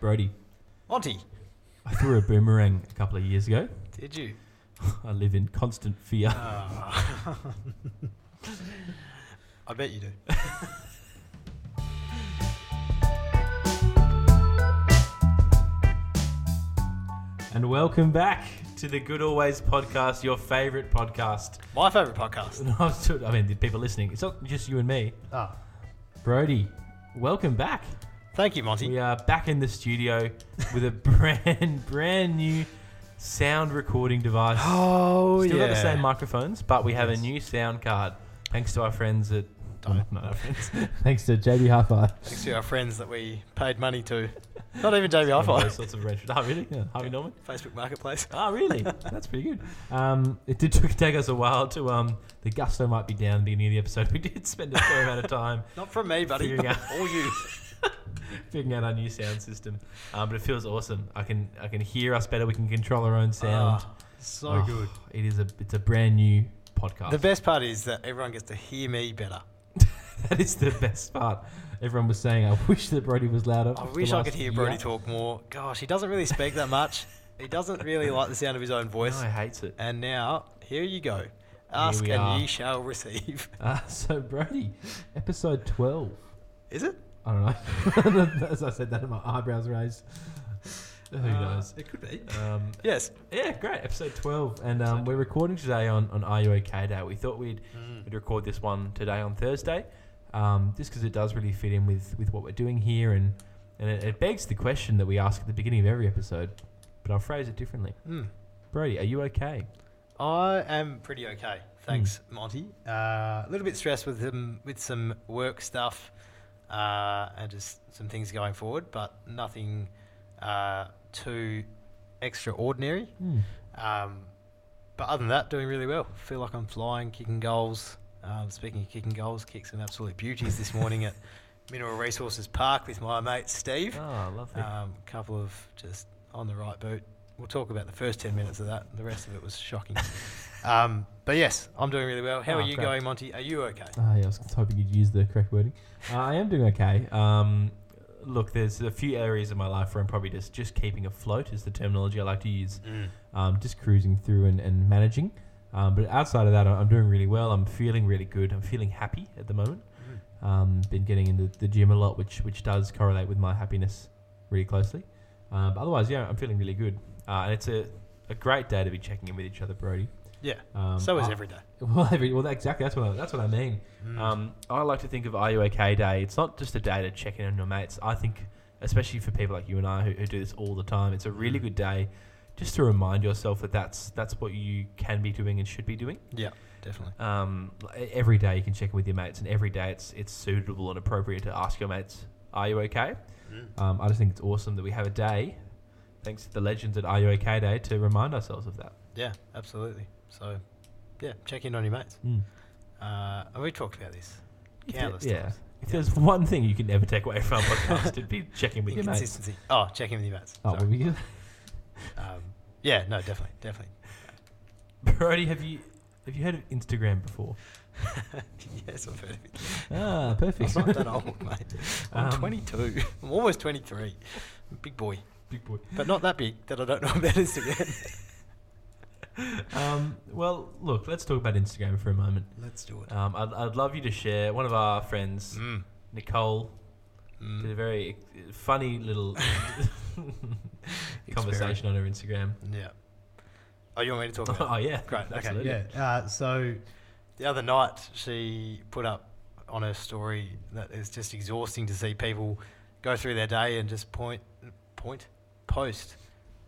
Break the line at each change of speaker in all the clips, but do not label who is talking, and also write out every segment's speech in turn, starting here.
Brody.
Monty,
I threw a boomerang a couple of years ago.
did you?
I live in constant fear.
I bet you do.
And welcome back to the Good Always podcast, your favorite podcast.
My favourite podcast.
No, I'm sure- I mean, the people listening, it's not just you and me.
Ah,
Brody, welcome back.
thank you, Monty.
We are back in the studio with a brand, brand new sound recording device.
Oh,
Still got the same microphones, but we have a new sound card. Thanks to our friends at.
Don't.
Not our friends.
Thanks to JB Hi-Fi.
Thanks to our friends that we paid money to. Not even JB
All
Hi-Fi.
those sorts of arrangements. Oh, really?
Yeah.
Harvey Norman?
Facebook Marketplace. Ah,
Oh, really? That's pretty good. Um, it did took, take us a while to. um The gusto might be down at the beginning of the episode. We did spend a fair amount of time
Not from me, buddy.
Figuring out.
All you.
figuring out our new sound system, um, but it feels awesome. I can I can hear us better. We can control our own sound.
Ah, so
Oh,
good.
It is a it's a brand new podcast.
The best part is that everyone gets to hear me better.
that is the best part. Everyone was saying, "I wish that Brody was louder."
I
for the
wish I
last
could
year."
hear Brody talk more. Gosh, he doesn't really speak that much. He doesn't really like the sound of his own voice.
No, I hate it.
And now, here you go. Ask
we
and
are.
ye shall receive.
Uh, so Brody, episode twelve.
Is it?
I don't know. As I said that, my eyebrows raised. Who knows?
Uh, It could be.
Um,
Yes.
Yeah, great. Episode 12. And um, we're recording today on, on Are You OK Day. We thought we'd, we'd record this one today on Thursday, um, just because it does really fit in with, with what we're doing here. And, and it, it begs the question that we ask at the beginning of every episode, but I'll phrase it differently.
Mm.
Brody, are you okay?
I am pretty okay, thanks, Monty. Uh, a little bit stressed with some with some work stuff uh, and just some things going forward, but nothing uh, too extraordinary.
Hmm.
Um, but other than that, doing really well. Feel like I'm flying, kicking goals. Um, speaking of kicking goals, kicked some absolute beauties this morning at Mineral Resources Park with my mate Steve.
Oh, lovely.
Um, couple of just on the right boot. We'll talk about the first 10 minutes of that. The rest of it was shocking. um, but yes, I'm doing really well. How
Oh,
are you
great.
going, Monty? Are you okay?
Ah, yeah, I was hoping you'd use the correct wording. Uh, I am doing okay. Um, look, there's a few areas of my life where I'm probably just, just keeping afloat, is the terminology I like to use. um, just cruising through and, and managing. Um, but outside of that, I- I'm doing really well. I'm feeling really good. I'm feeling happy at the moment. Um, been getting into the gym a lot, which which does correlate with my happiness really closely. Uh, but otherwise, yeah, I'm feeling really good. Uh, and it's a, a great day to be checking in with each other, Brody.
Yeah.
Um,
so is
I-
every day.
Well, every, well, that, exactly. That's what I, that's what I mean. Um, I like to think of IUAK Day. It's not just a day to check in on your mates. I think, especially for people like you and I who, who do this all the time, it's a really good day just to remind yourself that that's that's what you can be doing and should be doing.
Yeah, definitely.
Um, e- every day you can check in with your mates, and every day it's it's suitable and appropriate to ask your mates, "Are you okay?" Um, I just think it's awesome that we have a day, thanks to the legends at Are You OK Day, to remind ourselves of that.
Yeah, absolutely. So, yeah, check in on your mates.
Mm.
Uh, and we talked about this
If there-
countless
yeah.
times.
If there's one thing you can never take away from a podcast, it'd be checking with your mates.
Inconsistency. Oh, check in with your mates.
Oh,
Sorry.
well, we get
um, yeah, no, definitely, definitely.
Brody, have you have you heard of Instagram before?
yes, I've heard of it.
ah,
I'm
perfect.
not that old, mate. I'm
Um,
22. I'm almost 23. Big boy.
Big boy.
But not that big that I don't know about Instagram.
Um, well, look, let's talk about Instagram for a moment.
Let's do it.
Um, I'd, I'd love you to share. One of our friends,
Mm.
Nicole, did a very uh, funny little conversation on her Instagram.
Yeah. Oh, you want me to talk about it?
Oh, yeah.
Great, okay.
Absolutely.
yeah.
Uh, so the other night, she put up on her story that it's just exhausting to see people go through their day and just point, point, post,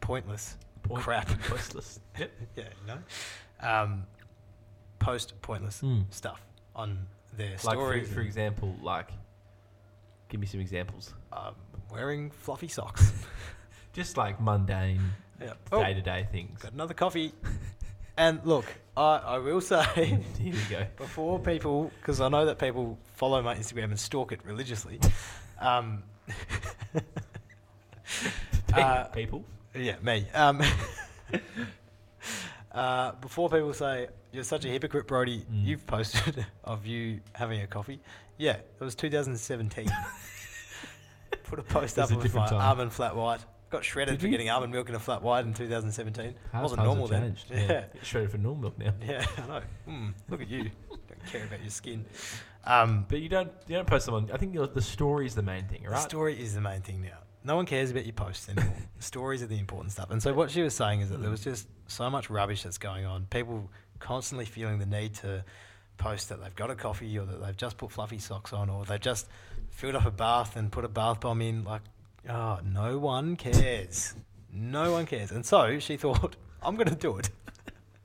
pointless
Point-
crap.
Voiceless. Yep.
yeah, no. Um, post pointless
Mm.
stuff on their
Like,
story.
for, for example, like, give me some examples.
um, wearing fluffy socks.
Just like mundane
yeah. Oh,
day to day things.
got another coffee. and look, I, I will say.
Here we go.
Before people, because I know that people follow my Instagram and stalk it religiously. Um,
Pe-
Uh,
people.
yeah, me. Um, uh, before people say, You're such a hypocrite, Brody,
Mm.
you've posted of you having a coffee. Yeah, it was 2017. Put a post
It's
up
a
with my
different time.
almond flat white. Got shredded
Did
for
you?
getting almond milk and a flat white in 2017.
How
Wasn't
times
normal
have
then.
changed.
Yeah.
It's shredded for normal milk now.
Yeah, I know. Mm, look at you. Don't care about your skin. Um,
But you don't you don't post them on. I think your- the story is the main thing,
The
right?
story is the main thing now. No one cares about your posts anymore. Stories are the important stuff. And so what she was saying is that there was just so much rubbish that's going on. People constantly feeling the need to post that they've got a coffee or that they've just put fluffy socks on or they've just filled up a bath and put a bath bomb in. Like, oh, no one cares. no one cares. And so she thought, I'm going to do it.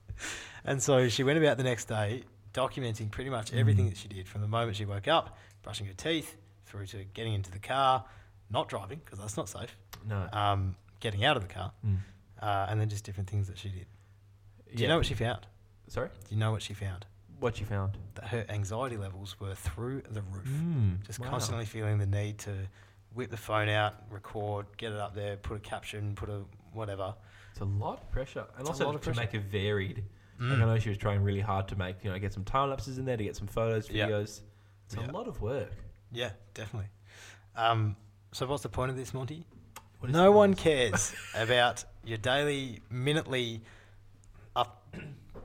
And so she went about the next day documenting pretty much
Mm.
everything that she did from the moment she woke up, brushing her teeth, through to getting into the car, not driving, because that's not safe,
no.
um, getting out of the car,
Mm.
uh, and then just different things that she did. Do
Yeah.
you know what she found?
Sorry,
Do you know what she found?
what you found?
That her anxiety levels were through the roof.
Mm,
Just
wow.
constantly feeling the need to whip the phone out, record, get it up there, put a caption, put a whatever.
It's a lot of pressure, and
It's a
also
lot of
to
pressure. Mm.
make it varied. Like I know she was trying really hard to make you know get some time lapses in there to get some photos,
Yeah.
videos. It's
Yeah.
a lot of work.
Yeah, definitely. Um, so, what's the point of this, Monty?
What is
No
the
one
purpose?
cares about your daily, minutely up,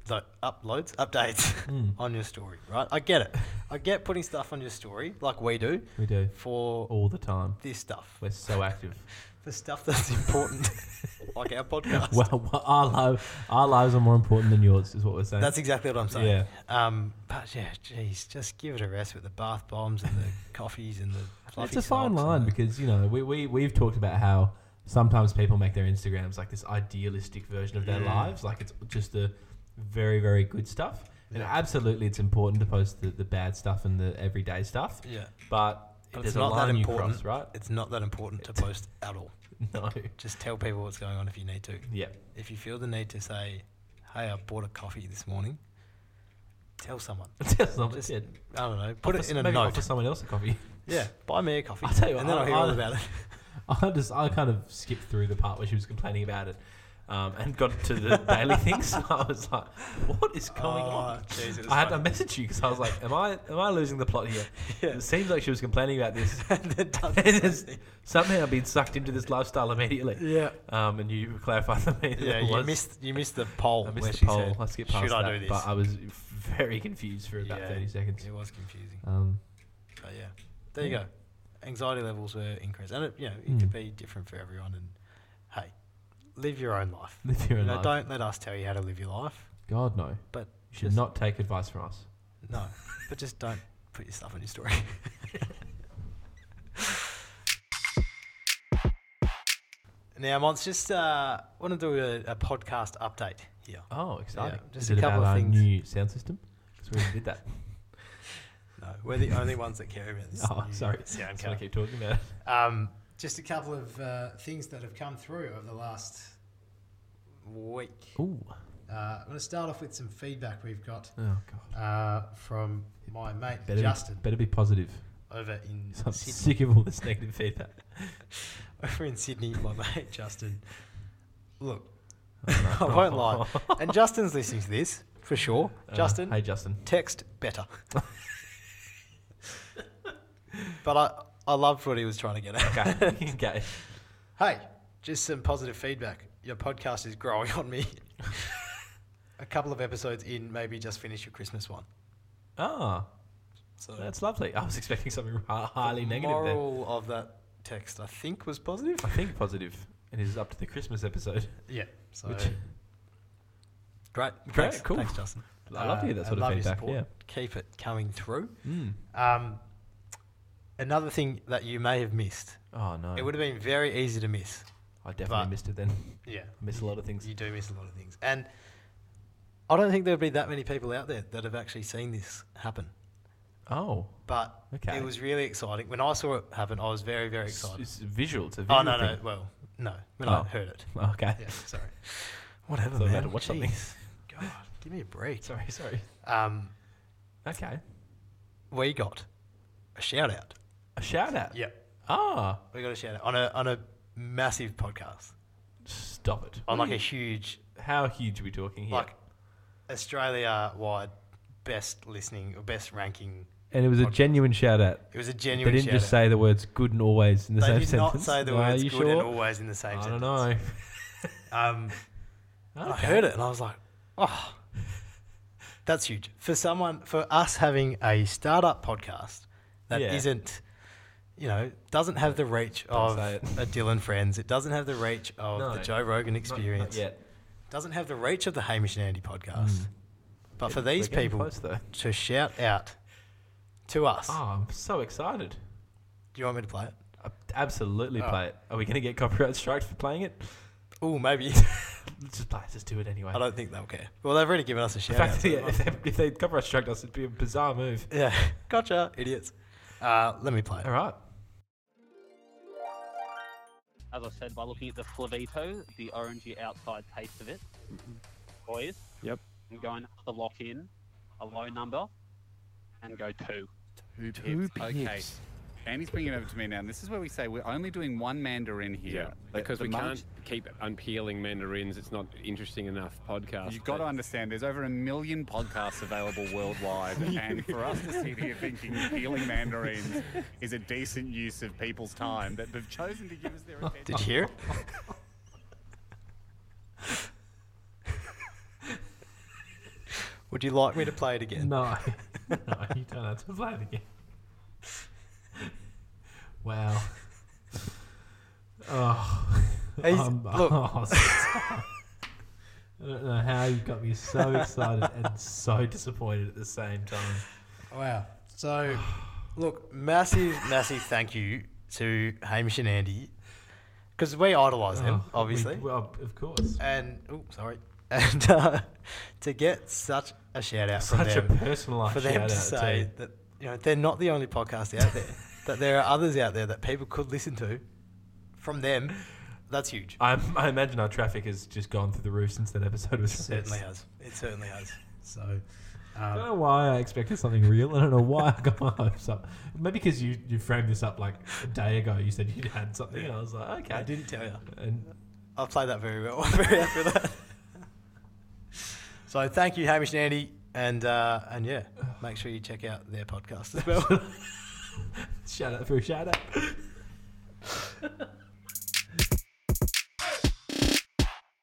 the uploads, updates
Mm.
on your story, right? I get it. I get putting stuff on your story, like we do,
We do
for
all the time.
this stuff,
We're so active.
for stuff that's important, like our podcast.
well, well, our lives, our lives are more important than yours, is what we're saying.
That's exactly what I'm saying. Um, but yeah, geez, just give it a rest with the bath bombs and the coffees and the.
It's
fluffy
a fine
socks and
line
the-
because you know we, we we've talked about how sometimes people make their Instagrams like this idealistic version of their
Mm.
lives, like it's just the very very good stuff. And
Yeah.
absolutely, it's important to post the, the bad stuff and the everyday stuff,
Yeah,
but,
But it's
there's
not
a
that
line you
important.
cross, right?
it's not that important to post at all.
No.
Just tell people what's going on if you need to.
Yeah.
If you feel the need to say, "Hey, I bought a coffee this morning," tell someone.
Just,
Just
yeah.
I don't know. Put
Offer-
it in a
maybe
note.
offer someone else a copy.
Yeah, buy me a coffee.
I'll tell you
and
what,
then
I-
I'll hear all
I-
about it.
I just I kind of skipped through the part where she was complaining about it, um, and got to the daily things. And I was like, what is going
Oh,
on? I had to message you because I was like, "Am I am I losing the plot here?"
Yeah.
It seems like she was complaining about this.
had
It is- Somehow I've been sucked into this lifestyle immediately.
Yeah.
Um, and you clarified for me. that
Yeah,
it
you
was-
missed you missed the poll
I
where
missed the
she
poll.
said,
I skipped past
"Should
that,
I do this?"
but I was very confused for about
Yeah.
thirty seconds.
It was confusing,
Um,
but yeah, there you go. Anxiety levels were increased, and it, you know it
Mm.
could be different for everyone. And hey, live your own life.
live your
You
own
know,
life.
don't let us tell you how to live your life.
God no.
But
you should
just-
not take advice from us.
No, but just don't put your stuff on your story. now, Mons, just uh, want to do a, a podcast update here.
Oh, exciting!
Yeah, just
Is
a
it
couple
about
of
our
things.
new sound system? 'Cause we already did that.
No, we're the only ones that care about this.
Oh,
new
sorry.
Sound
That's what I
card.
keep talking about.
Um, just a couple of uh, things that have come through over the last week.
Ooh.
Uh, I'm going to start off with some feedback we've got
Oh God.
uh, from my mate
Better
Justin
be, better be positive.
over in
So I'm
Sydney.
sick of all this negative feedback.
over in Sydney, my mate Justin. Look,
Oh, no.
I won't lie. And Justin's listening to this for sure.
Uh,
Justin,
Hey, Justin.
text better. but I, I loved what he was trying to get at.
Okay. okay.
Hey, just some positive feedback. Your podcast is growing on me. A couple of episodes in, maybe just finish your Christmas one.
Ah,
So
that's lovely. I was expecting something hi- highly
the
negative there.
moral of that text, I think, was positive.
I think positive. It is up to the Christmas episode.
Yeah. So
Which-
great,
Great,
Thanks.
cool.
Thanks, Justin.
I love to hear
Uh,
that
I
sort
love
of
your
feedback.
support.
Yeah.
Keep it coming through.
Mm.
Um, another thing that you may have missed.
Oh no.
It would have been very easy to miss.
I definitely
but-
missed it then.
Yeah.
I missed a lot of things.
You do miss a lot of things. And I don't think there'd be that many people out there that have actually seen this happen.
Oh.
But
Okay.
it was really exciting. When I saw it happen, I was very, very
It's,
excited.
it's visual. It's a visual
Oh, no, no.
thing.
Well, no. When
Oh.
I heard it.
Okay.
Yeah, sorry.
Whatever. So I had to watch something.
Jeez. God, give me a break.
Sorry. Sorry.
Um,
Okay.
we got a shout out.
A shout out.
Yeah.
Ah.
We got a shout out on a, on a massive podcast,
Stop it.
on like a huge
How huge are we talking here?
like Australia wide best listening or best ranking
and it was a
podcast.
genuine shout out.
It was a
They
genuine.
didn't just
shout-out.
say the words "good" and "always" in the
They
same
did
sentence.
not say the
No,
words
Are you
good
sure?
and always in the same
I don't
sentence.
know.
Um, I
Okay.
heard it and I was like, oh, that's huge. For someone, for us having a startup podcast that
Yeah.
not you know, doesn't have the reach of
say it.
a Dylan Friends, it doesn't have the reach of
No.
the Joe Rogan
Not- not
experience,
yet.
doesn't have the reach of the Hamish and Andy podcast.
Mm.
But for
We're
these
getting
people
close, though.
to shout out to us,
Oh, I'm so excited.
do you want me to play it?
I absolutely
Oh.
play it. Are we going to get copyright strikes for playing it?
Oh, maybe.
Let's just play it. Just do it anyway.
I don't think they'll care. Well, they've already given us a
In
shout out.
fact,
so it
yeah,
might-
if, they, if they copyright strike us, it'd be a bizarre move.
Yeah, gotcha, idiots. Uh, let me play.
All right.
as I said, by looking at the Flavito, the orangey outside taste of it. Boys.
Yep.
I'm going to have to lock in a low number and go two.
Two pips.
Two
Okay.
pips.
Andy's bringing it over to me now. And this is where we say we're only doing one Mandarin here.
Yeah,
Because
the
we
can't
can't.
keep unpeeling mandarins. It's not interesting enough podcast.
You've got to understand there's over a million podcasts available worldwide. and for us to sit here thinking peeling mandarins is a decent use of people's time that they've chosen to give us their attention.
Did you hear it? Would you like me to play it again?
No, no, you don't have to play it again. Wow. Oh,
He's-
I'm-
look.
oh, so sorry. I don't know how you got me so excited and so disappointed at the same time.
Wow. So, look, massive, massive thank you to Hamish and Andy because we idolise them,
Oh, we-
obviously.
well, of course.
and, oh, sorry. And uh, to get such a shout out from
Such a
them.
personalised
for
shout
them
out
to say
too.
that you know they're not the only podcast out there, that there are others out there that people could listen to from them. That's huge.
I, I imagine our traffic has just gone through the roof since that episode was
It certainly
released.
has. It certainly has. So,
I don't
um,
know why I expected something real. I don't know why I got my hopes up. Maybe because you, you framed this up like a day ago. You said you'd had something, and I was like, okay.
I didn't tell you.
And
I played that very well. I'm very happy with that. So thank you, Hamish and Andy, and uh, and yeah, make sure you check out their podcast as well.
shout out for a shout out.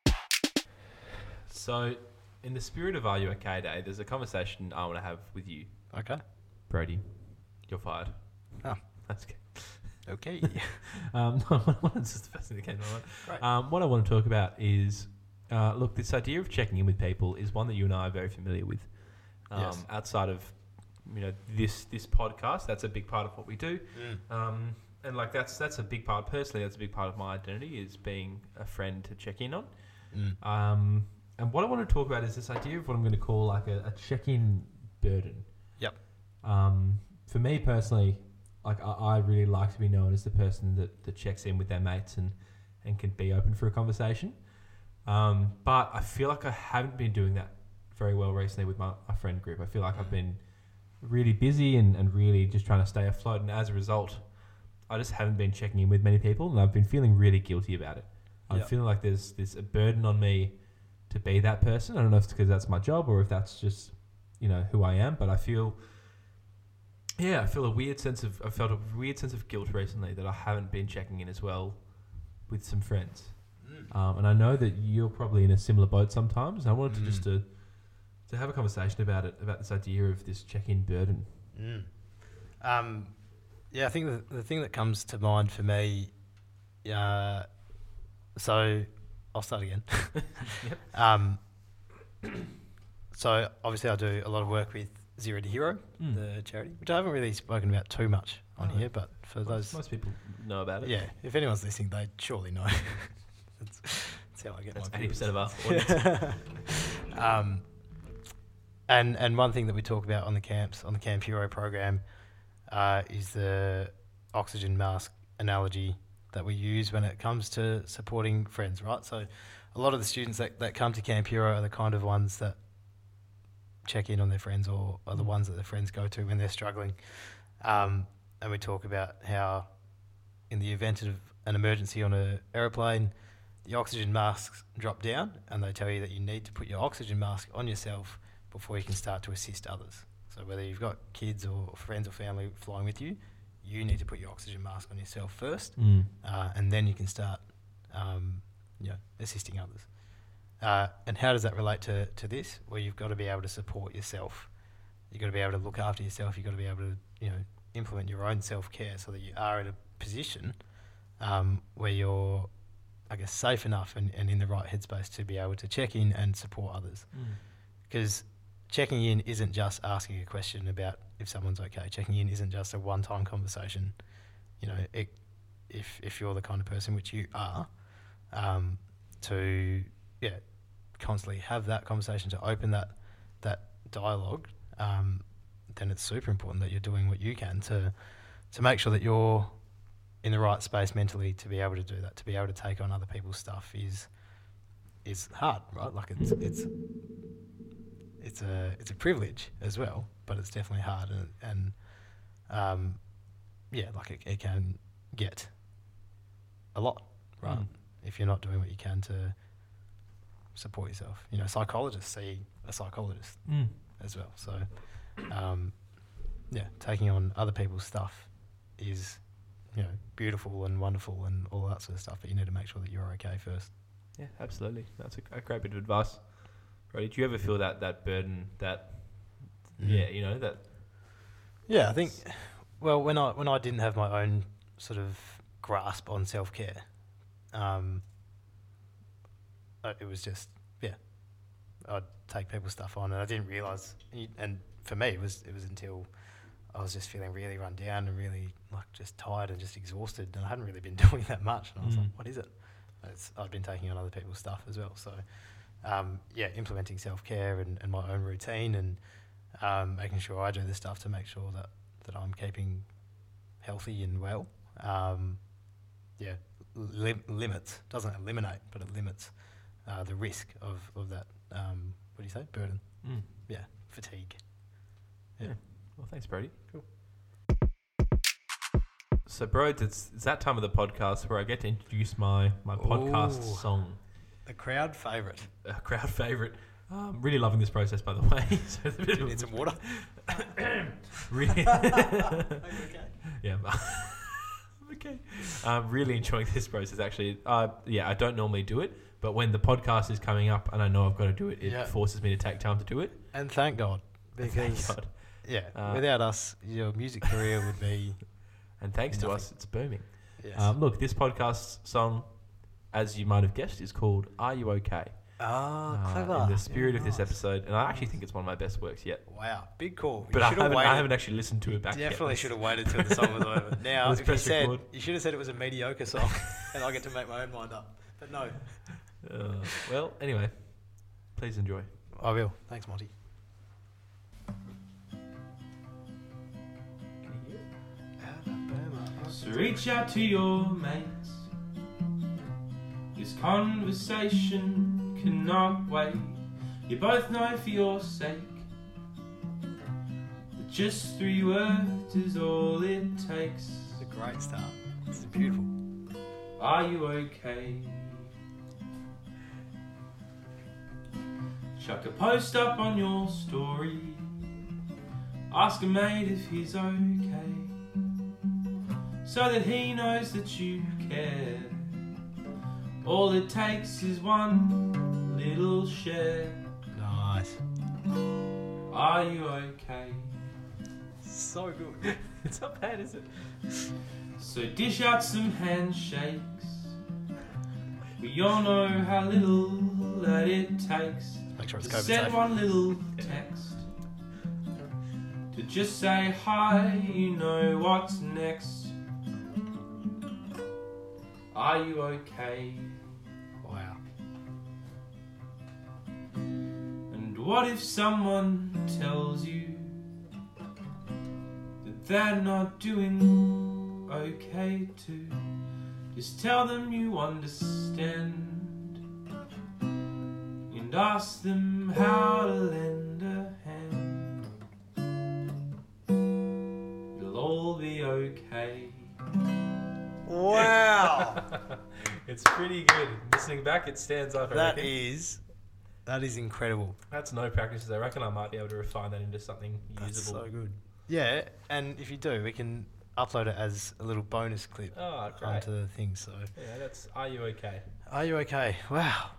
so, in the spirit of Are You Okay Day, there's a conversation I want to have with you,
okay.
Brody. You're fired.
Oh.
That's good.
Okay.
Um, no, that's just the first thing that came to my mind. Um, what I want to talk about is, uh, look, this idea of checking in with people is one that you and I are very familiar with. Um,
Yes.
Outside of, you know, this this podcast, that's a big part of what we do, um, and like that's that's a big part. Personally, that's a big part of my identity is being a friend to check in on. Um, and what I want to talk about is this idea of what I'm going to call like a, a check-in burden.
Yep.
Um, for me personally, like I, I really like to be known as the person that, that checks in with their mates and, and can be open for a conversation. Um, but I feel like I haven't been doing that very well recently with my, my friend group. I feel like I've been really busy and, and really just trying to stay afloat. And as a result, I just haven't been checking in with many people and I've been feeling really guilty about it. I'm
Yep.
feeling like there's, there's a burden on me to be that person. I don't know if it's because that's my job or if that's just, you know, who I am, but I feel, yeah, I feel a weird sense of, I felt a weird sense of guilt recently that I haven't been checking in as well with some friends. Um, and I know that you're probably in a similar boat sometimes. I wanted to just to, to have a conversation about it, about this idea of this check-in burden.
Mm. Um, yeah, I think the, the thing that comes to mind for me, uh, so I'll start again. um, so obviously, I do a lot of work with Zero to Hero,
Mm.
the charity, which I haven't really spoken about too much on
No.
here, but for
Oh. Most,
those,
most people know about it.
yeah, if anyone's listening, they surely know. that's, that's how I get
That's
my
eighty
viewers.
percent of our audience.
um, and and one thing that we talk about on the camps on the Camp Hero program uh, is the oxygen mask analogy that we use when it comes to supporting friends, right? So a lot of the students that, that come to Camp Hero are the kind of ones that check in on their friends or are the ones that their friends go to when they're struggling. Um, and we talk about how in the event of an emergency on an aeroplane, the oxygen masks drop down and they tell you that you need to put your oxygen mask on yourself before you can start to assist others. So whether you've got kids or friends or family flying with you, you need to put your oxygen mask on yourself first,
Mm.
uh, and then you can start, um, you know, assisting others. Uh, and how does that relate to, to this? Well, you've got to be able to support yourself. You've got to be able to look after yourself. You've got to be able to, you know, implement your own self care so that you are in a position um, where you're, I guess, safe enough and, and in the right headspace to be able to check in and support others. Because checking in isn't just asking a question about if someone's okay. Checking in isn't just a one time conversation. You know, it, if, if you're the kind of person which you are, um, to yeah, constantly have that conversation to open that that dialogue, um, then it's super important that you're doing what you can to to make sure that you're in the right space mentally to be able to do that. To be able to take on other people's stuff is is hard, right? Like it's it's it's a it's a privilege as well, but it's definitely hard and and um, yeah, like it, it can get a lot, right?
Mm.
If you're not doing what you can to support yourself, you know, psychologists see a psychologist
Mm.
as well. So, um, yeah, taking on other people's stuff is, you know, beautiful and wonderful and all that sort of stuff. But you need to make sure that you're okay first.
Yeah, absolutely. That's a, a great bit of advice. Brody, do you ever feel that that burden that yeah, you know that
Yeah, Mm. I think. Well, when I when I didn't have my own sort of grasp on self care, um, uh, it was just yeah, I'd take people's stuff on, and I didn't realize. And for me, it was it was until I was just feeling really run down and really like just tired and just exhausted, and I hadn't really been doing that much, and I was like,
Mm.
what is it? And It's, I'd been taking on other people's stuff as well, so um, yeah, implementing self care and, and my own routine and um, making sure I do the stuff to make sure that, that I'm keeping healthy and well. Um, yeah, lim- limits doesn't eliminate, but it limits uh, the risk of of that. Um, what do you say? Burden.
Mm.
Yeah, fatigue.
Well, thanks, Brody. Cool. So, Broads, it's, it's that time of the podcast where I get to introduce my, my podcast
Ooh.
song,
The crowd favourite.
a crowd favorite. Um, really loving this process, by the way. so it's a bit
You
of
need some water.
really,
okay.
yeah. okay. Um, really enjoying this process, actually. Uh, yeah, I don't normally do it, but when the podcast is coming up and I know I've got to do it, it
Yeah.
forces me to take time to do it.
And thank God, because
Thank God.
yeah,
Uh,
without us, your music career would be
And thanks to
Nothing.
us, it's booming.
yes.
Um, look, this podcast song, as you might have guessed, is called "Are You Okay?"
ah,
Uh,
clever.
in the spirit of this
Nice.
episode, and I actually think it's one of my best works yet.
Wow, big call.
But
you
I
should have
haven't, I
waited.
haven't actually listened to it back. yet.
Definitely should have waited till the song was over. Now,
Let's
if you
press
said
record.
you should have said it was a mediocre song, and I get to make my own mind up. But no,
Uh, well, anyway, please enjoy.
I will. Thanks, Monty.
So reach out to your mates. This conversation cannot wait. You both know for your sake that just three words is all it takes.
It's a great start. This is beautiful.
Are you okay? Chuck a post up on your story. Ask a mate if he's okay. So that he knows that you care. All it takes is one little share.
Nice.
Are you okay?
So good.
It's not bad, is it? So dish out some handshakes. We all know how little that it takes
Make sure it's
to
COVID
send
safe.
one little text. To just say hi, you know what's next. Are you okay?
Wow.
And what if someone tells you that they're not doing okay too? Just tell them you understand and ask them how to lend a hand. It'll all be okay.
Wow.
it's pretty good. Listening back, it stands up.
that is That is incredible.
That's no practices. I reckon I might be able to refine that into something
That's
usable.
so good. Yeah, and if you do, we can upload it as a little bonus clip
Oh, great.
onto the thing. So,
yeah, that's. Are you okay?
are you okay? Wow.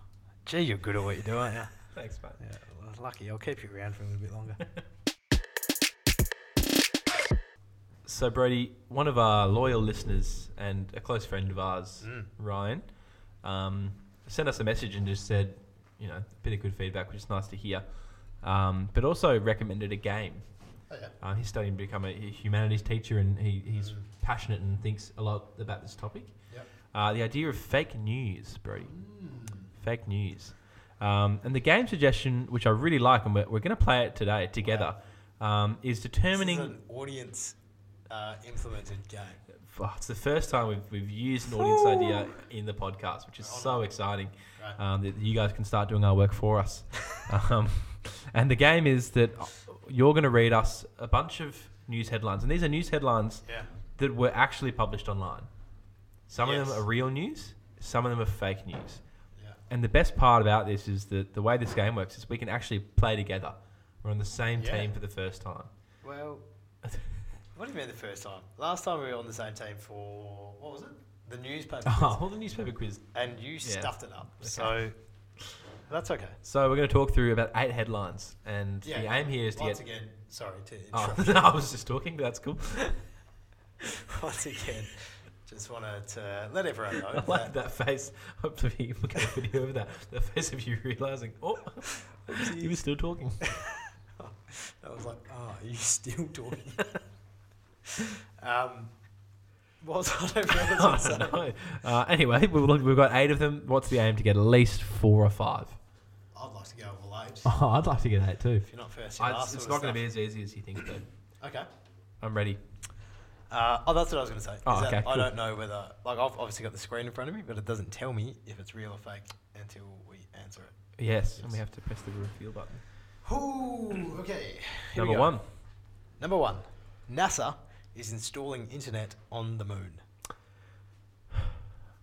Gee, you're good at what you do, aren't you?
Thanks, mate.
Yeah, well, lucky. I'll keep you around for a little bit longer.
So, Brody, one of our loyal listeners and a close friend of ours,
Mm.
Ryan, um, sent us a message and just said, you know, a bit of good feedback, which is nice to hear, um, but also recommended a game.
Oh, yeah. Mm.
Uh, he's studying to become a a humanities teacher and he, he's passionate and thinks a lot about this topic.
Yep. Mm.
Uh, the idea of fake news, Brody. Fake news. Um, and the game suggestion, which I really like, and we're, we're going to play it today together, um, is determining.
audience uh, implemented game.
Oh, it's the first time we've, we've used an audience idea in the podcast, which is so exciting.
Right.
Um, that you guys can start doing our work for us. um, and the game is that you're going to read us a bunch of news headlines, and these are news headlines
Yeah.
that were actually published online. Some of
Yes.
them are real news, some of them are fake news.
Yeah.
And the best part about this is that the way this game works is we can actually play together. We're on the same
Yeah.
team for the first time.
Well, what do you mean the first time? Last time we were on the same team for what was it? The newspaper,
Oh, well, the newspaper quiz
and you stuffed it up. So that's okay.
So we're going to talk through about eight headlines, and
Yeah.
the aim here is to
once
get.
again. Sorry to
Oh,
interrupt.
I was just talking, but that's cool.
once again, just wanted to let everyone know
I like
that
that face. Hopefully, people get a video of that. The face of you realizing, oh, he was still talking.
I was like, oh, are you still talking? um, what was I don't know what I was
I don't
gonna say.
know. Uh, anyway, we've, look, we've got eight of them. What's the aim to get at least four or five?
I'd like to go all eight. If
Oh, I'd like to get eight too.
you're not first, you're
I,
last.
it's
sort
not
of
going to be as easy as you think, though.
stuff. Okay.
I'm ready.
Uh, oh, that's what I was going to say.
Oh,
is that
okay,
I
cool.
don't know whether, like, I've obviously got the screen in front of me, but it doesn't tell me if it's real or fake until we answer it.
Yes, and we have to press the reveal button.
Ooh, okay. Here we
Number
go.
one.
Number one. NASA is installing internet on the moon.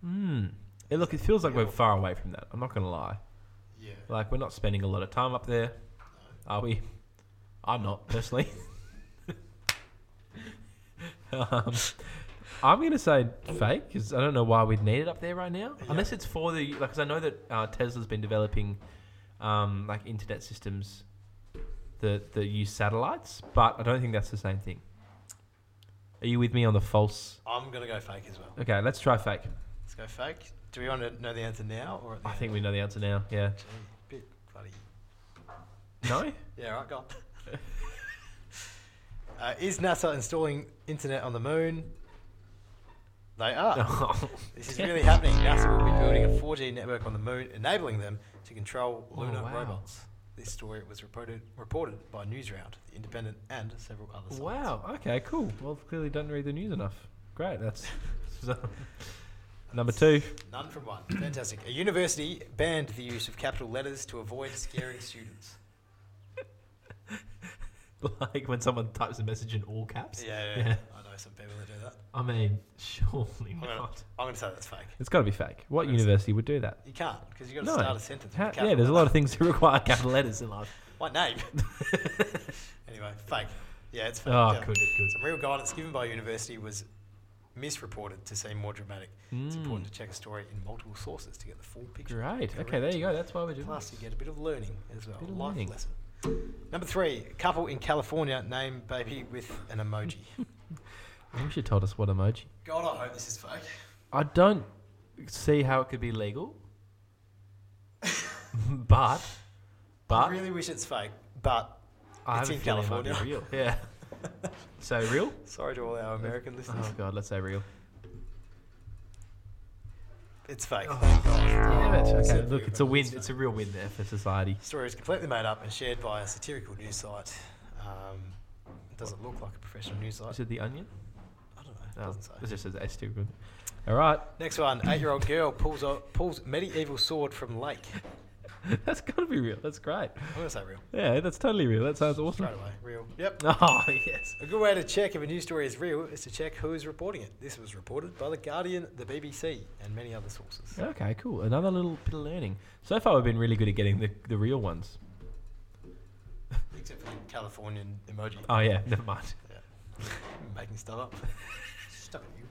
Hmm. Hey, look, it feels like we're far away from that. I'm not going to lie.
Yeah.
Like we're not spending a lot of time up there, are we? I'm not personally. um, I'm gonna say fake because I don't know why we'd need it up there right now, unless it's for the like. Cause I know that uh, Tesla's been developing um, like internet systems that that use satellites, but I don't think that's the same thing. Are you with me on the false?
I'm going to go fake as well.
Okay, let's try fake.
Let's go fake. Do we want to know the answer now or at the
I
end?
think we know the answer now. Yeah.
Gee, bit bloody.
No.
Yeah, right, go on. uh, is NASA installing internet on the moon? They are. This is really happening. NASA will be building a 4G network on the moon, enabling them to control lunar
Oh, wow.
robots. This story was reported reported by Newsround, The Independent, and several other sites.
Wow. Okay. Cool. Well, clearly don't read the news enough. Great. That's so- number two.
None from one. Fantastic. A university banned the use of capital letters to avoid scaring students.
Like when someone types a message in all caps.
Yeah,
Yeah.
I know some people that do that.
I mean, surely
I'm gonna,
not.
I'm gonna say that's fake.
It's got to be fake. What university would do that?
You can't because you got to
No.
start a sentence.
How-
with
yeah.
capital
There's a lot
letters.
of things that require capital letters in life.
My name. anyway, fake. Yeah, it's fake.
Oh,
yeah.
good. Good.
Some real guidance given by university was misreported to seem more dramatic. It's important to check a story in multiple sources to get the full picture.
Hmm. Great. Okay. There you go. That's why we're doing.
Plus, you get a bit of learning as well.
Bit of
Life
learning.
lesson. Number three, couple in California name baby with an emoji.
I wish you told us what emoji.
God, I hope this is fake.
I don't see how it could be legal. but,
I
but
really wish it's fake, but
I
It's
have a
in
feeling it might be
California.
real. Yeah. so real?
sorry to all our American listeners.
Oh god, let's say real.
It's fake.
Oh, Damn it. Okay,
So
look,
real,
it's a
but
win.
it's
It's a real win there for society.
The story is completely made up and shared by a satirical news site. Um, it doesn't look like a professional news site.
Is it the onion?
I don't know. It
No,
doesn't say.
it just says S two. All right.
Next one. Eight year old girl pulls, o pulls medieval sword from lake.
That's gotta be real. That's great.
I'm going to say real.
Yeah, that's totally real. That sounds awesome.
Straight away. Real. Yep.
Oh yes.
A good way to check if a news story is real is to check who is reporting it. This was reported by The Guardian, the BBC, and many other sources.
Okay, cool. Another little bit of learning. So far, we've been really good at getting the, the real ones.
Except for the Californian emoji.
Oh yeah, never mind.
Yeah. Making stuff up. Stop you.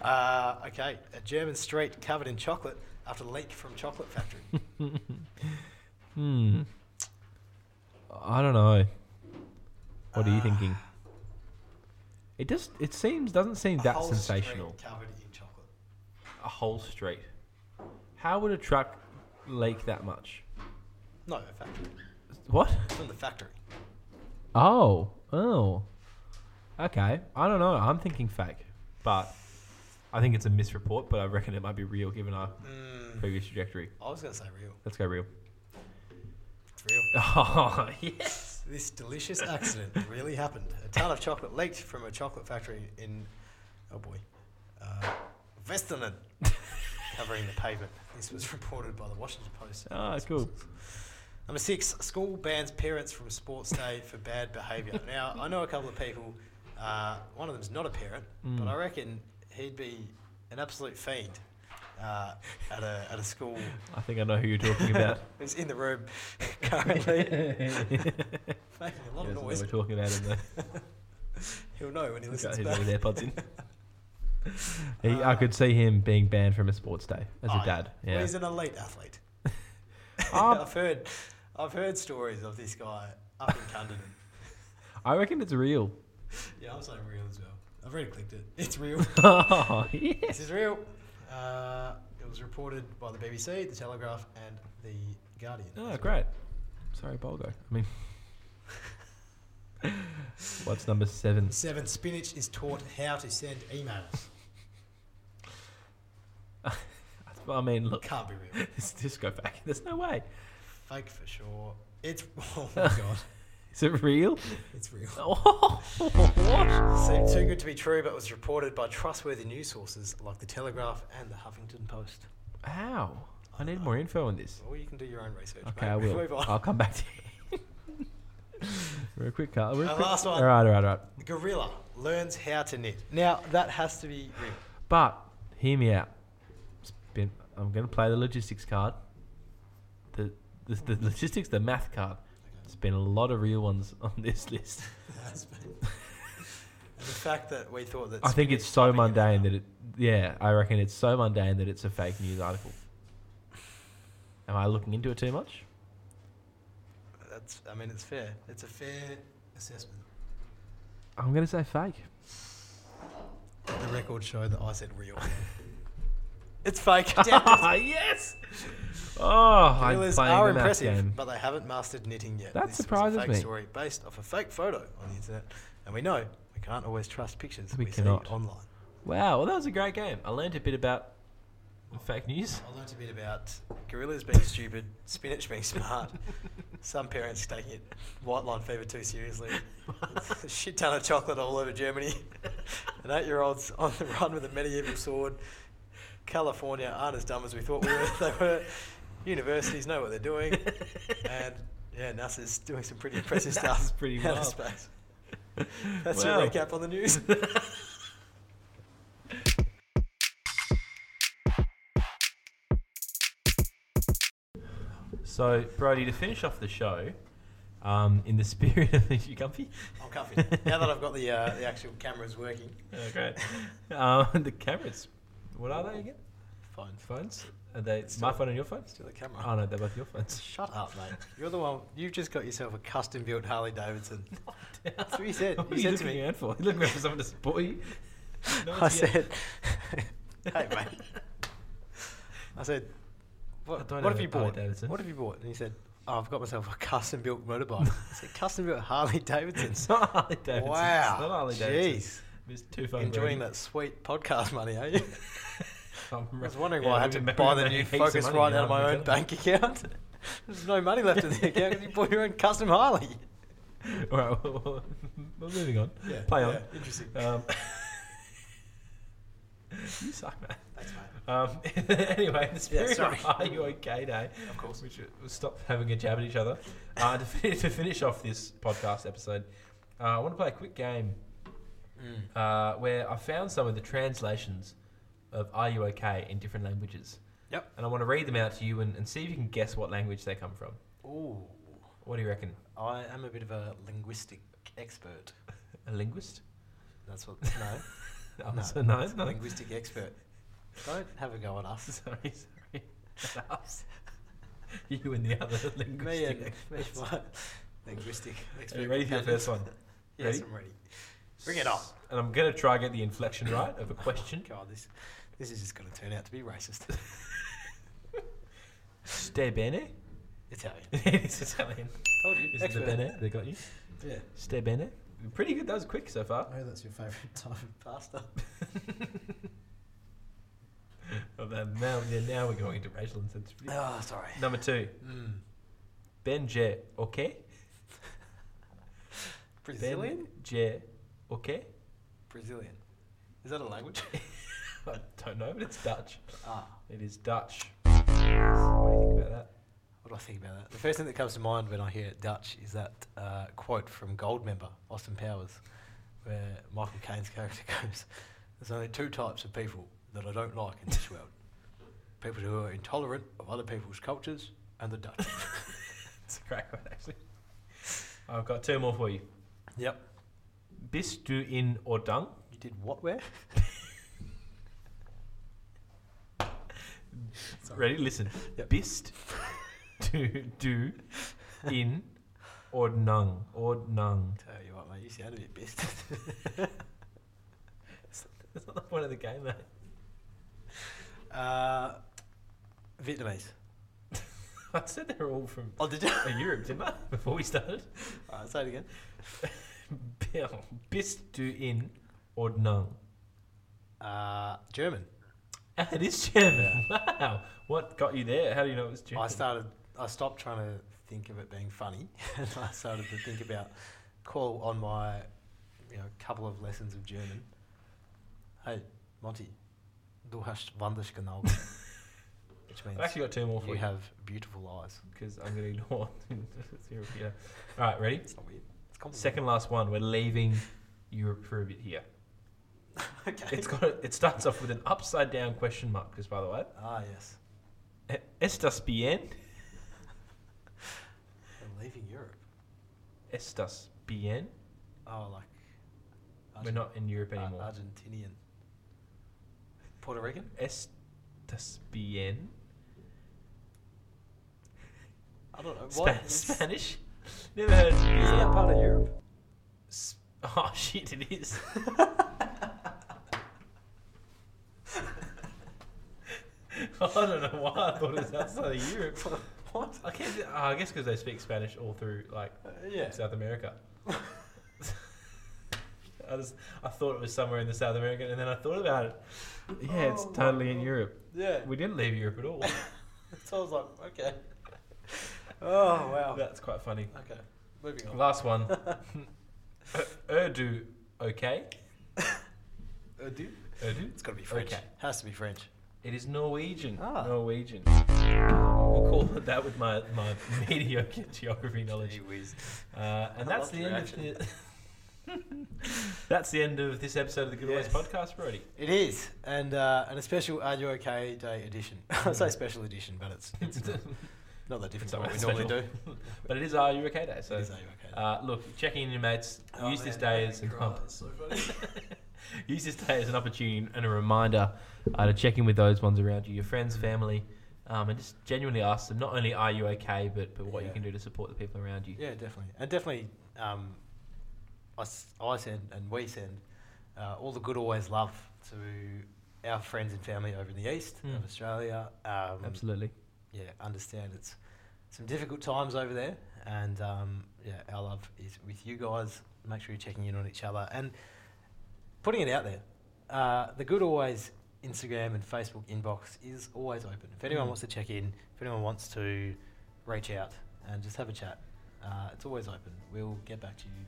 Uh, okay, a German street covered in chocolate after leak from chocolate factory.
Hmm. I don't know. What are you thinking? It just it seems doesn't seem that
Whole street
sensational.
covered in chocolate.
A whole street. How would a truck leak that much?
No, a factory.
What?
From the factory.
Oh, oh. Okay. I don't know. I'm thinking fake, but I think it's a misreport. But I reckon it might be real given our previous trajectory.
I was going to say real.
Let's go real.
It's real.
Oh yes.
This delicious accident really happened. A ton of chocolate leaked from a chocolate factory in, oh boy, uh, Vestenen, covering the pavement. This was reported by the Washington Post.
Ah, cool.
Number six, school bans parents from sports day for bad behaviour. Now, I know a couple of people, uh, one of them's not a parent, but I reckon he'd be an absolute fiend uh, at, a, at a school
I think I know who you're talking about.
who's in the room currently, making a lot
He
of
doesn't know
noise.
We're talking about him though.
He'll know when he
He's got
listens
his
back.
little AirPods in. He, I could see him being banned from a sports day as
Oh,
a dad.
Well,
Yeah.
he's an elite athlete.
Ah.
I've heard, I've heard stories of this guy up in Cundon.
I reckon it's real.
yeah, I'm saying real as well. I've already clicked it. It's real.
oh, yeah.
this is real. Uh, it was reported by the BBC, the Telegraph, and the Guardian.
Oh, great. Sorry, Bolgo. I mean, what's number seven?
Seven. Spinach is taught how to send emails.
I mean, look,
Can't be real.
let's just go back. There's no way.
Fake for sure. It's oh my god.
Is it real?
It's real.
Oh, what?
Seemed too good to be true, but was reported by trustworthy news sources like the Telegraph and the Huffington Post.
How? I need more info on this.
Or you can do your own research.
Okay,
mate.
I will.
Move on.
I'll come back to you. Real quick, Carl. Real
Uh,
quick.
last one.
All right, all right, all right.
Gorilla learns how to knit. Now that has to be real.
But hear me out. Spin, I'm going to play the logistics card. The, the the logistics, the math card. There's been a lot of real ones on this list.
the fact that we thought that
I think it's so mundane that it. Yeah, I reckon it's so mundane that it's a fake news article. Am I looking into it too much?
that's I mean it's fair. It's a fair assessment.
I'm going to say fake.
The record showed that I said real. it's fake. Damn it.
Ah, yes. Oh, I'm
Gorillas
playing
are
the math
impressive,
game.
but they haven't mastered knitting yet.
That
This was a
surprises
fake
me.
Story based off a fake photo on the internet, and we know we can't always trust pictures
We
we,
cannot.
see online.
Wow, well that was a great game. I learned a bit about fake news.
I learnt a bit about gorillas being stupid, spinach being smart, some parents taking it white line fever too seriously, a shit ton of chocolate all over Germany, an eight year old's on the run with a medieval sword. California aren't as dumb as we thought we were. they were. Universities know what they're doing, and yeah, NASA's doing some pretty impressive
NASA's
stuff.
pretty
out of
wild.
space. That's
Wow.
your recap on the news.
So, Brody, to finish off the show, um, in the spirit of you comfy?
I'm comfy now that I've got the uh, the actual cameras working.
Oh, great. um, the cameras. What are they again?
Fine.
Phones? Are they my phone and your phone?
Still the camera.
Oh no, they're both your phones.
Shut up, mate. You're the one. You've just got yourself a custom built Harley Davidson.
Oh,
That's what you said.
What are
You
you
said to
looking
me.
around for? You looking around for someone to support you? No
I
one's yet.
said, hey, mate. I said,
I
what,
don't
what
have
have you
a Harley
bought?
Davidson.
What have you bought? And he said, oh, I've got myself a custom built motorbike. I said, custom built Harley
It's
Davidson.
not Harley Davidson.
Wow.
It's not Harley Davidson.
Jeez.
There's two phones.
Enjoying that sweet podcast money, are you? I was wondering why I had to buy the new Focus right out of my own bank account. There's no money left in the account because you bought your own custom Harley.
All right, well, well, well, moving on. Um,
Yeah,
Play
yeah,
on.
interesting.
Um, You suck, man.
Thanks, mate.
Um, anyway, the spirit
sorry.
of Are You Okay Day, of course, which we'll stop having a jab at each other. Uh, to, fin- to finish off this podcast episode, uh, I want to play a quick game uh, where I found some of the translations of Are You Okay in different languages.
Yep.
And I want to read them out to you and, and see if you can guess what language they come from.
Ooh,
What do you reckon?
I am a bit of a linguistic expert.
A linguist?
That's what. No.
Oh, so no, no.
linguistic expert. Don't have a go at us.
Sorry, sorry. Us. you and the other
Me
linguistic
and
experts.
my linguistic expert.
Are you ready for your
companion.
first one?
Yes,
Ready?
I'm ready. Bring it on.
And I'm going to try and get the inflection right of a question.
God, this this is just going to turn out to be racist.
Ste bene?
Italian.
it's Italian.
Told you.
Is it the bene? They got you.
Yeah.
Ste bene? Pretty good. That was quick so far.
know that's your favourite type of pasta.
Oh, that- now, yeah, now we're going into racial insensitivity.
Oh, sorry.
Number two.
Mm.
Benje, okay?
Brazilian?
Benje, okay?
Brazilian. Is that a language?
I don't know, but it's Dutch.
ah,
It is Dutch. What do you think about that?
what do I think about that? The first thing that comes to mind when I hear Dutch is that uh, quote from Goldmember, Austin Powers, where Michael Caine's character goes, There's only two types of people that I don't like in this world people who are intolerant of other people's cultures and the Dutch.
It's a crack one, actually. I've got two more for you.
yep.
Bist du in Ordung?
You did what where?
Ready? Listen.
Yep.
Bist du, du in Ordnung? Ordnung.
Tell you what, mate, you sound a bit best.
That's not the point of the game, mate.
uh, Vietnamese.
I said they're all from
Oh, did you?
uh, Europe, didn't I? Before we started.
Alright, say it again.
Bist du in Ordnung?
Uh, German.
Ah, it is German. Wow. What got you there? How do you know it was German?
I started. I stopped trying to think of it being funny, and I started to think about call on my, you know, couple of lessons of German. Hey, Monty, du hast wunderschöne Augen, which means
I've actually got two more for
you
you
have beautiful eyes.
because I'm going to ignore. yeah. All right, ready?
It's not weird. It's complicated.
Second last one. We're leaving Europe for a bit here.
okay.
It's got a, it starts off with an upside down question mark. Just by the way,
ah yes,
E- estas bien?
we're leaving Europe.
Estas bien?
Oh, like
We're not in Europe
Ar-
anymore.
Argentinian, Puerto Rican.
Estas bien?
I don't know.
Spa-
What? is-
Spanish? Never heard. of
Is that
bien.
part of Europe?
S- Oh shit! It is. I don't know why I thought it was outside of Europe.
what?
I, can't, oh, I guess because they speak Spanish all through like
Uh, yeah.
South America. I just I thought it was somewhere in the South American, and then I thought about it. Yeah, it's
Oh my
totally in
God.
Europe.
Yeah.
We didn't leave Europe at all.
So I was like, okay. Oh wow.
That's quite funny.
Okay, moving on.
Last one. Ur- Urdu, okay?
Urdu.
Urdu.
It's got to be French.
Okay.
Has to be French.
It is Norwegian.
Ah.
Norwegian. We'll call it that with my, my mediocre geography knowledge.
whiz.
Uh, and that's
love
the
your
end of the. that's the end of this episode of the Good
Yes.
Always podcast, Brody.
It is, and uh, and a special Are You Okay Day edition. I say special edition, but it's it's not, not that different
It's
from
not
what we
really
normally do.
But it is Are You Okay Day. So
it is Are You Okay Day.
Uh, look, checking in, your mates.
Oh,
use this
man,
day
I
as an
cried,
op-
it's so funny.
use this day as an opportunity and a reminder uh, to check in with those ones around you, your
Mm.
friends, family, um, and just genuinely ask them not only are you okay, but but what you
Yeah.
can do to support the people around you.
Yeah, definitely, and definitely, um, I, s- I send and we send uh, all the good always love to our friends and family over in the east
Mm.
of Australia. Um,
Absolutely.
yeah, understand it's some difficult times over there, and um, yeah, our love is with you guys. Make sure you're checking in on each other and putting it out there. Uh, the good always Instagram and Facebook inbox is always open. If anyone
Mm.
wants to check in, if anyone wants to reach out and just have a chat, uh, it's always open. We'll get back to you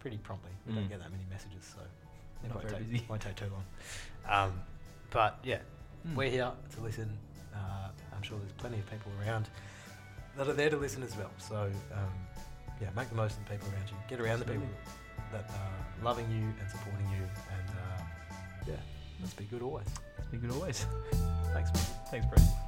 pretty promptly. We
Mm.
don't get that many messages, so it
Not
won't
very
take, Hmm.
busy.
won't take too long. Um, But yeah, we're here to listen. Uh, I'm sure there's plenty of people around that are there to listen as well. So um, yeah, make the most of the people around you. Get around the people that are loving you and supporting you. And uh, yeah, let's be good always.
Speak good always.
Thanks. Mate.
Thanks, Brett.